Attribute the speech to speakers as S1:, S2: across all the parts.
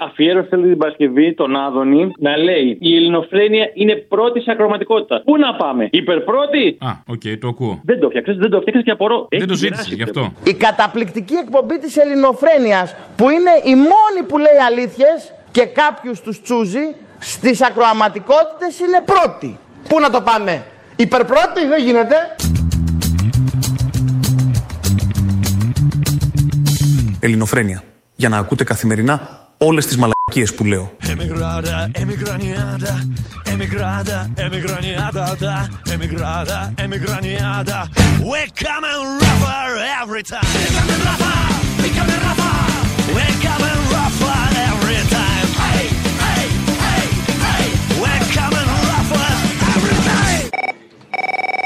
S1: αφιέρωσε αυτή την Παρασκευή τον Άδωνη να λέει Η ελληνοφρένεια είναι πρώτη σε ακροματικότητα. Πού να πάμε, υπερπρώτη.
S2: Α, οκ, το ακούω.
S1: Δεν το φτιάξες, δεν το φτιάξες και απορώ.
S2: Δεν
S1: Έχει
S2: το ζήτησες
S1: περάσει,
S2: γι' αυτό.
S3: Η καταπληκτική εκπομπή της Ελληνοφρένειας που είναι η μόνη που λέει αλήθειες και κάποιους τους τσούζει στις ακροαματικότητες είναι πρώτη. Πού να το πάμε. Υπερπρώτη δεν γίνεται.
S4: Ελληνοφρένια. Για να ακούτε καθημερινά όλες τις μαλακίες που λέω.
S5: Emigrada, emigraniada, emigrada, emigraniada, da, emigrada, emigraniada. We come and rougher every time. We come and rougher, we come and rougher. We come and rougher every time. Hey, hey, hey, hey. We come and rougher every time.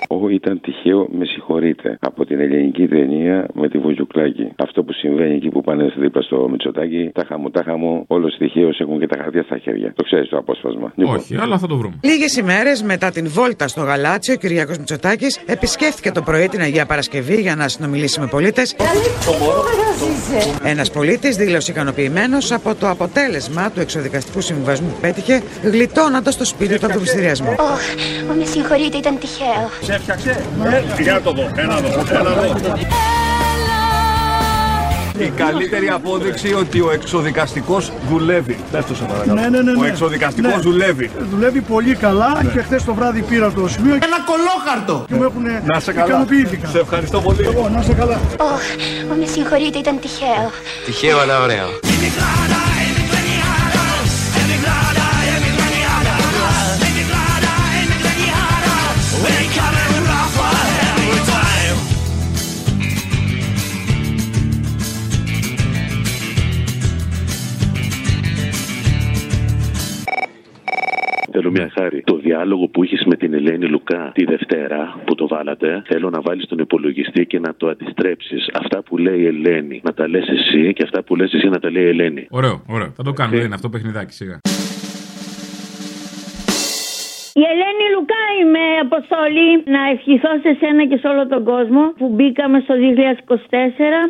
S6: Ω, ήταν τυχαίο, με συγχωρείτε. Από την ελληνική ταινία με τη Βουγιουκλάκη. Αυτό που συμβαίνει εκεί που πάνε δίπλα στο Μητσοτάκι, τα χαμού, τα χαμού, όλος τυχαίο έχουν και τα χαρτιά στα χέρια. Το ξέρεις το απόσπασμα. Λοιπόν,
S7: ναι.
S2: Όχι, αλλά θα το βρούμε.
S8: Λίγες ημέρες μετά την βόλτα στο Γαλάτσιο, ο Κυριάκο Μητσοτάκης επισκέφθηκε το πρωί την Αγία Παρασκευή για να συνομιλήσει με πολίτες. Ένας πολίτης δήλωσε ικανοποιημένος από το αποτέλεσμα του εξοδικαστικού συμβιβασμού που πέτυχε, γλιτώνοντας το σπίτι του από τον πληστηριασμό.
S9: Ωχ, μα με συγχωρείτε, ήταν τυχαίο.
S10: Η καλύτερη απόδειξη ότι ο εξοδικαστικός δουλεύει. Πες το σε παρακαλώ. Ναι, ναι, ναι, Ο εξοδικαστικός δουλεύει. Ναι.
S11: Δουλεύει πολύ καλά και χθες το βράδυ πήρα το σημείο
S3: Ένα κολόχαρτο.
S11: και μου έχουν
S10: Να σε καλά.
S11: ικανοποιήθηκα.
S10: Σε ευχαριστώ πολύ.
S11: Εγώ, να είστε καλά.
S9: Ωχ, μα με συγχωρείτε, ήταν τυχαίο.
S5: Τυχαίο αλλά ωραίο. Emigrada, emigraniada, emigrada, emigraniada. Emigrada, emigraniada. We come and rougher every time.
S12: Θέλω μια χάρη. Το διάλογο που είχες με την Ελένη Λουκά τη Δευτέρα που το βάλατε, θέλω να βάλεις τον υπολογιστή και να το αντιστρέψεις. Αυτά που λέει η Ελένη να τα λες εσύ και αυτά που λες εσύ να τα λέει η Ελένη.
S2: Ωραίο, ωραίο. Θα το κάνουμε. Είναι αυτό παιχνιδάκι σιγά.
S9: Η Ελένη Λουκά είμαι, Αποστολή. Να ευχηθώ σε σένα και σε όλο τον κόσμο που μπήκαμε στο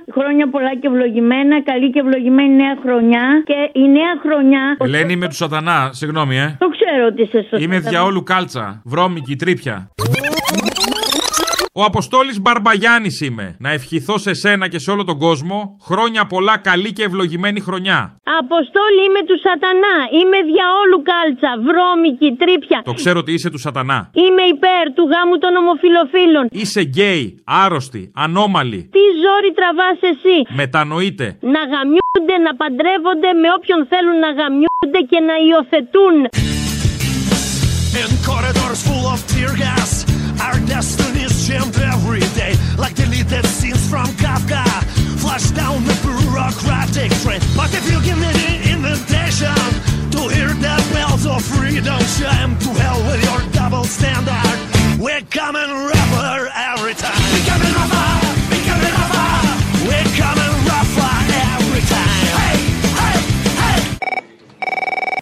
S9: 2024. Χρόνια πολλά και ευλογημένα. Καλή και ευλογημένη νέα χρονιά. Και η νέα χρονιά.
S2: Ελένη, είμαι του Σατανά. Συγγνώμη, ε.
S9: Το ξέρω ότι είσαι σωστά.
S2: Είμαι διαόλου κάλτσα. Βρώμικη τρύπια. Ο Αποστόλης Μπαρμπαγιάννης είμαι. Να ευχηθώ σε σένα και σε όλο τον κόσμο χρόνια πολλά, καλή και ευλογημένη χρονιά.
S9: Αποστόλη είμαι του Σατανά. Είμαι διαόλου κάλτσα. Βρώμικη, τρύπια.
S2: Το ξέρω ότι είσαι του Σατανά.
S9: Είμαι υπέρ του γάμου των ομοφιλοφίλων.
S2: Είσαι γκέι, άρρωστη, ανώμαλη.
S9: Τι ζόρι τραβάς εσύ.
S2: Μετανοείται.
S9: να γαμιούνται, να παντρεύονται με όποιον θέλουν να γαμιούνται και να υιοθετούν.
S5: In corridors full of tear gas, our destinies jammed every day. Like deleted scenes from Kafka, flash down the bureaucratic train. But if you give me the invitation to hear the bells of freedom chime, to hell with your double standard. We're coming rougher every time. We're coming rougher. We're coming rougher. We're coming rougher every time. Hey, hey, hey.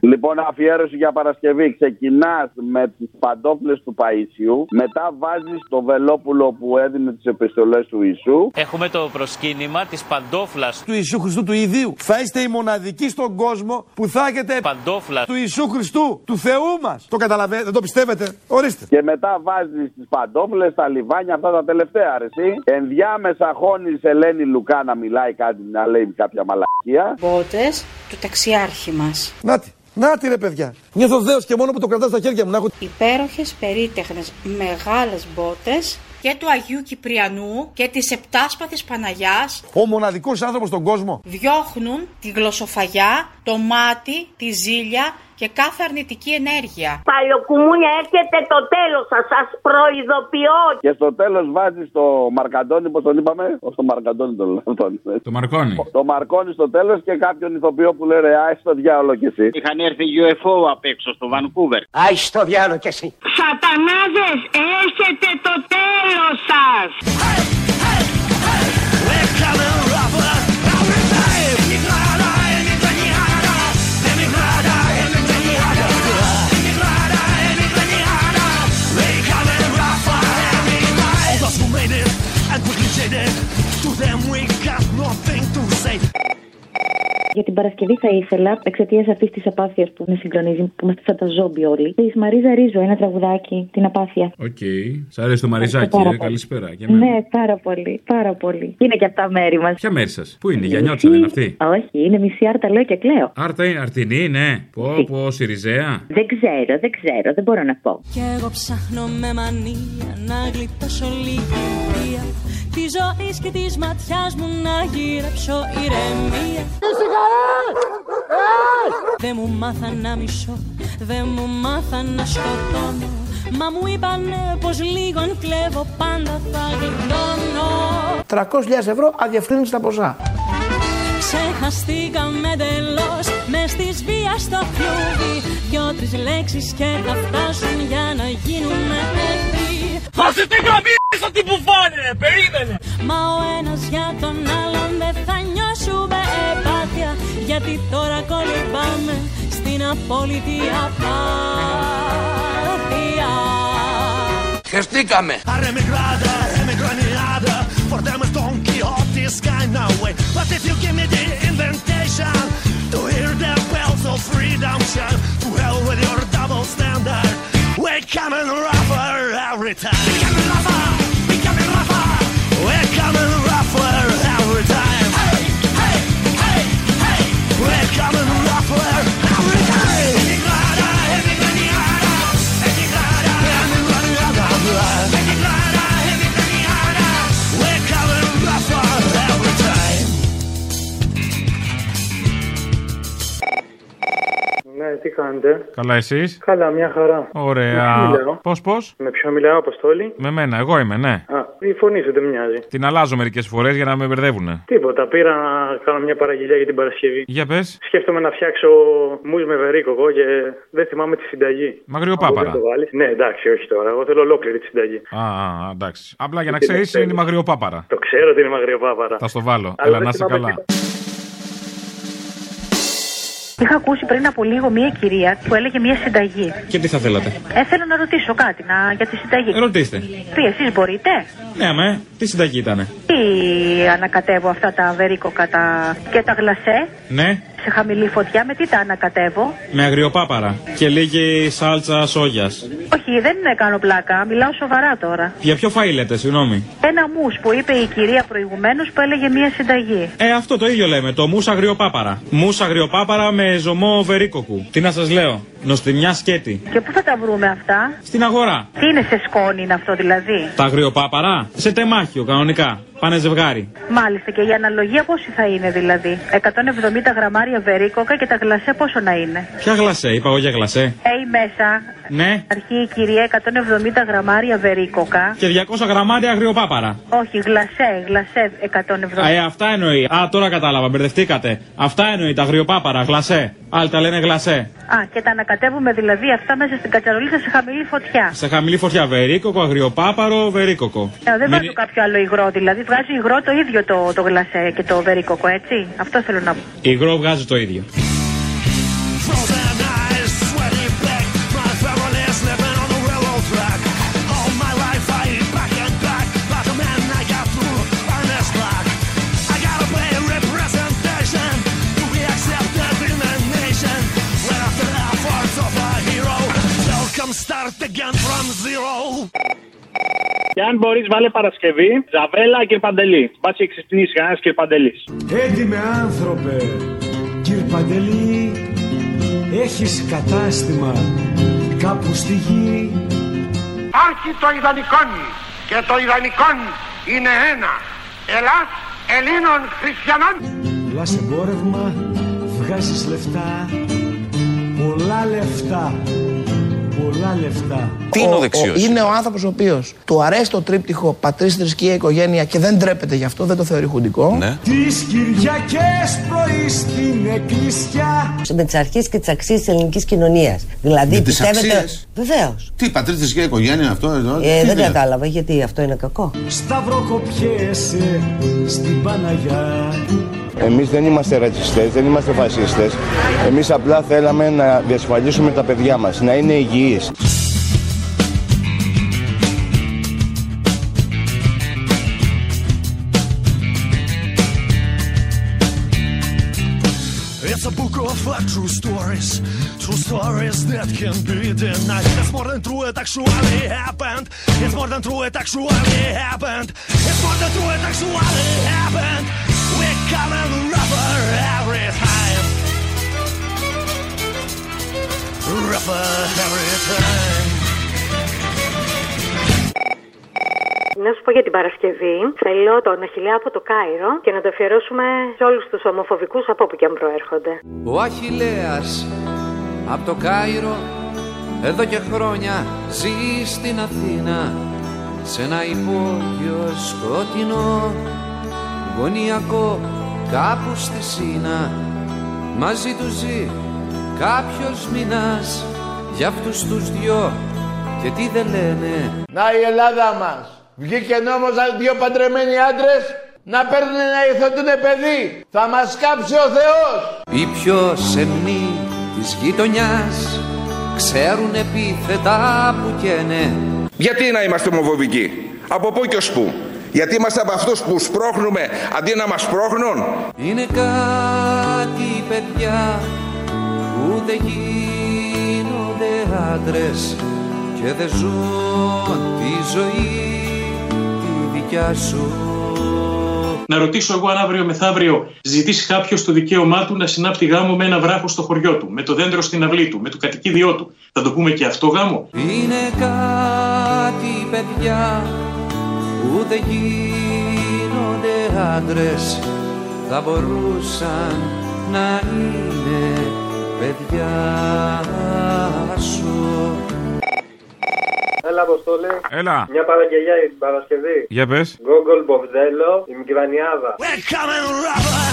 S7: Λοιπόν, αφιέρωση για Παρασκευή. Ξεκινάς με τις παντόφλες του Παϊσιού. Μετά βάζεις το βελόπουλο που έδινε τις επιστολές του Ιησού.
S12: Έχουμε το προσκύνημα της παντόφλας.
S10: Του Ιησού Χριστού του Ιδίου. Θα είστε οι μοναδικοί στον κόσμο που θα έχετε
S12: Παντόφλα.
S10: του Ιησού Χριστού, του Θεού μας. Το καταλαβαίνετε, δεν το πιστεύετε. Ορίστε.
S7: Και μετά βάζεις τις παντόφλες, τα λιβάνια, αυτά τα τελευταία αρεσί. Ενδιάμεσα χώνεις Ελένη Λουκά να μιλάει κάτι, να λέει κάποια μαλακία.
S9: Πότες του ταξιάρχη μας.
S10: Νάτι, νάτι ρε παιδιά. Νιώθω δέος και μόνο που το κρατάς στα χέρια μου να έχω
S9: Υπέροχες περίτεχνες, μεγάλες μπότες και του Αγίου Κυπριανού και της Επτάσπαθης Παναγιάς
S10: ο μοναδικός άνθρωπος στον κόσμο.
S9: διώχνουν τη γλωσσοφαγιά, το μάτι, τη ζήλια και κάθε αρνητική ενέργεια.
S8: Παλιοκουμούνια, έρχεται το τέλος σας. Σας προειδοποιώ.
S7: Και στο τέλος βάζεις το Μαρκαντόνι, πώς τον είπαμε. Ω το Μαρκαντόνι τον λέω. αυτόν.
S2: Το Μαρκόνι.
S7: Το Μαρκόνι στο τέλος και κάποιον ηθοποιό που λέει ρε, άσε το διάολο κι εσύ.
S1: Είχαν έρθει UFO απ' έξω στο Βανκούβερ.
S3: Άι στο διάλογο κι εσύ.
S9: Σατανάδες, έρχεται το τέλος σας!
S13: Για την Παρασκευή θα ήθελα, εξαιτίας αυτής της απάθειας που με συγκλονίζει, που είμαστε σαν τα ζόμπι όλοι, της Μαρίζα Ρίζο, ένα τραγουδάκι, την απάθεια.
S2: Οκ. Σ' αρέσει το μαριζάκι,
S13: Πάρα
S2: ε,
S13: πολύ.
S2: καλησπέρα. Και εμένα.
S13: Ναι, πάρα πολύ, πάρα πολύ. Είναι και αυτά μέρη μας.
S2: Ποια μέρη σας, Πού είναι, η Γιαννιώτησα δεν είναι αυτή.
S13: Όχι, είναι μισή άρτα, λέω και κλαίω.
S2: Άρτα είναι αρτινή, ναι. Πω, πω, Σιριζέα.
S13: Δεν ξέρω, δεν ξέρω, δεν μπορώ να πω.
S14: Κι εγώ ψάχνω με μανία να γλιτώσω λίγη βία Τη ζωής και της ματιάς μου να γυρέψω ηρεμία. Δεν μου μάθα να μισώ, δεν μου μάθα να σκοτώνω. Μα μου είπανε πως λίγο αν κλέβω πάντα θα γλιτώνω.
S3: 300.000 ευρώ αδιευκρίνηστα ποσά.
S14: Ξεχαστήκαμε εντελώ μες της βίας στο φλούδι. Δυο-τρει λέξεις και θα φτάσουν για να γίνουμε έκτοι.
S5: Βάσε την καμπίσα την μπουφάνε, ρε, περίμενε!
S14: Μα ο ένας για τον άλλον δεν θα νιώσουμε επάθεια. Γιατί τώρα κολυμπάμε στην απόλυτη απάθεια.
S5: Χεστήκαμε! Αρε με γράδα, ρε με γρανιάδα Φορτάμε στον Quixote Skyway But if you give me the invitation To hear the bells of freedom shout To hell with your double standard We're coming rougher every time We're coming rougher, we're coming rougher We're coming rougher every time Hey, hey, hey, hey We're coming rougher every time Emigrada, emigrada, emigrada, emigrada We're coming rougher every time.
S15: Ναι, τι κάνετε.
S2: Καλά, εσείς.
S15: Καλά, μια χαρά.
S2: Ωραία.
S15: Με ποιον μιλάω?
S2: Πώς, πώς.
S15: Με ποιον μιλάω, Αποστόλη.
S2: Με μένα, εγώ είμαι, ναι.
S15: Α, η φωνή σου δεν μοιάζει.
S2: Την αλλάζω μερικές φορές για να με μπερδεύουνε.
S15: Τίποτα, πήρα να κάνω μια παραγγελία για την Παρασκευή.
S2: Για πες.
S15: Σκέφτομαι να φτιάξω μουζ με βερίκοκο και δεν θυμάμαι τη συνταγή.
S2: Μαγριοπάπαρα.
S15: Αν δεν το βάλεις. Ναι, εντάξει, όχι τώρα. Εγώ θέλω ολόκληρη τη συνταγή.
S2: Α, α, εντάξει. Απλά για να
S15: Τι να
S2: ξέρει, είναι
S15: ξέρεις.
S2: η μαγριοπάπαρα.
S15: Το ξέρω ότι είναι μαγριοπάπαρα.
S2: Θα στο βάλω.
S15: Αλλά
S2: Έλα,
S15: δεν
S2: να είσαι
S15: θυμάμαι
S2: καλά.
S13: Είχα ακούσει πριν από λίγο μία κυρία που έλεγε μία συνταγή.
S2: Και τι θα θέλατε.
S13: Ε, θέλω να ρωτήσω κάτι να... για τη συνταγή.
S2: Ρωτήστε.
S13: Τι, εσείς μπορείτε.
S2: Ναι, αμέ. Τι συνταγή ήταν.
S13: Τι ανακατεύω αυτά τα βερίκοκα τα... και τα γλασέ
S2: Ναι,
S13: σε χαμηλή φωτιά, με τι τα ανακατεύω.
S2: με αγριοπάπαρα. Και λίγη σάλτσα σόγιας.
S13: Όχι, δεν είναι κάνω πλάκα, μιλάω σοβαρά τώρα.
S2: Για ποιο φαΐ λέτε, συγγνώμη.
S13: Ένα μους που είπε η κυρία προηγουμένως που έλεγε μία συνταγή.
S2: Ε, αυτό το ίδιο λέμε, το μουσα αγριοπάπαρα. Μουσα αγριοπάπαρα με ζωμό βερίκοκου. Τι να σας λέω, νοστιμιά σκέτη.
S13: Και πού θα τα βρούμε αυτά.
S2: Στην αγορά.
S13: Τι είναι σε σκόνη είναι αυτό δηλαδή.
S2: Τα αγριοπάπαρα σε τεμάχιο κανονικά. Πάνε ζευγάρι.
S13: Μάλιστα και η αναλογία πόση θα είναι δηλαδή. 170 γραμμάρια βερίκοκα και τα γλασέ πόσο να είναι.
S2: Ποια γλασέ, είπα εγώ για γλασέ.
S13: Hey, μέσα.
S2: Ναι,
S13: Αρχή η κυρία 170 γραμμάρια βερίκοκα.
S2: και 200 γραμμάρια αγριοπάπαρα.
S13: Όχι, γλασέ, γλασέ 170.
S2: Α, ε, αυτά εννοεί. Α, τώρα κατάλαβα, μπερδευτήκατε. Αυτά εννοεί τα αγριοπάπαρα, γλασέ. Άλλοι τα λένε γλασέ.
S13: Α, και τα ανακατεύουμε δηλαδή αυτά μέσα στην κατσαρολίτσα σε χαμηλή φωτιά.
S2: Σε χαμηλή φωτιά, βερίκοκο, αγριοπάπαρο, βερίκοκο.
S13: Ε, δεν
S2: Μην-
S13: βάζω κάποιο άλλο υγρό, δηλαδή βγάζω υγρό το ίδιο το, το γλασέ και το βερίκοκο, έτσι. Αυτό θέλω να πω.
S2: Υγρό βγάζει το ίδιο.
S5: Frozen eyes, sweaty back. My family is living on the railroad track. All my life I eat back and back, but the man I got through earnest black. I gotta pay representation to be accepted in the nation. When after the efforts of a hero, shall come start again from zero.
S1: Και αν μπορείς, βάλε Παρασκευή, Ζαβέλα και Παντελή. Μπα και ξυπνήσεις κανένας και Παντελή.
S16: Έντιμε άνθρωπε, κύρ Παντελή, έχεις κατάστημα κάπου στη γη.
S17: Υπάρχει το ιδανικόν και το ιδανικόν είναι ένα. Ελλάς Ελλήνων Χριστιανών.
S16: Πουλάς εμπόρευμα, βγάζεις λεφτά, πολλά λεφτά, πολλά λεφτά.
S3: Τι είναι ο, δεξιός. είναι ο άνθρωπος ο οποίος του αρέσει το τρίπτυχο πατρί, θρησκεία, οικογένεια και δεν τρέπεται γι' αυτό, δεν το θεωρεί χουντικό.
S16: Ναι. Τις Κυριακές πρωί στην εκκλησιά
S18: με τις αρχές και τις αξίες της ελληνικής κοινωνίας. Δηλαδή,
S19: Με τις
S18: πιστεύετε.
S19: αξίες?
S18: Βεβαίως.
S19: Τι πατρίδα θρησκεία οικογένεια αυτό εδώ. τι
S18: Ε, δεν
S19: είναι?
S18: κατάλαβα γιατί αυτό είναι κακό.
S16: σταυροκοπιέσαι στην Παναγιά.
S20: Εμείς δεν είμαστε ρατσιστές, δεν είμαστε φασίστες. Εμείς απλά θέλαμε να διασφαλίσουμε τα παιδιά μας, να είναι υγιείς.
S5: It's a book of uh, true stories, true stories that can be denied. It's more than true, it actually happened. It's more than true, it actually happened. It's more than true, it actually happened. We come and rubber every time. Rubber every time.
S21: Να σου πω για την Παρασκευή. Θέλω τον Αχιλιά από το Κάιρο και να το αφιερώσουμε σε όλους τους ομοφοβικούς από όπου και αν προέρχονται.
S13: Ο Αχιλέας από το Κάιρο εδώ και χρόνια ζει στην Αθήνα σε ένα υπόγειο σκοτεινό γωνιακό κάπου στη Σύνα μαζί του ζει κάποιος μηνάς για αυτούς τους δυο και τι δεν λένε
S22: Να η Ελλάδα μας. Βγήκε νόμος αν δύο παντρεμένοι άντρες να παίρνουν να ηθωτούν παιδί. Θα μας κάψει ο Θεός.
S13: Οι πιο σεμνοί της γειτονιάς ξέρουν επίθετα που ναι. καίνε
S4: Γιατί να είμαστε ομοφοβικοί, από πού και ως πού. Γιατί είμαστε από αυτούς που σπρώχνουμε αντί να μας σπρώχνουν.
S13: Είναι κάτι παιδιά που δεν γίνονται άντρες και δεν ζουν τη ζωή τη δικιά σου.
S23: Να ρωτήσω εγώ αν αύριο μεθαύριο ζητήσει κάποιος το δικαίωμά του να συνάπτει γάμο με ένα βράχο στο χωριό του, με το δέντρο στην αυλή του, με το κατοικίδιό του. Θα το πούμε και αυτό γάμο.
S13: Είναι κάτι παιδιά που δεν γίνονται άντρες θα μπορούσαν να είναι παιδιά σου.
S2: Έλα, Αποστολή.
S24: Έλα.
S2: Μια παραγγελιά για την Παρασκευή.
S24: Για πες.
S2: Γκόγκολ Μποβδέλο, η Μικρανιάδα.
S5: Come and rubber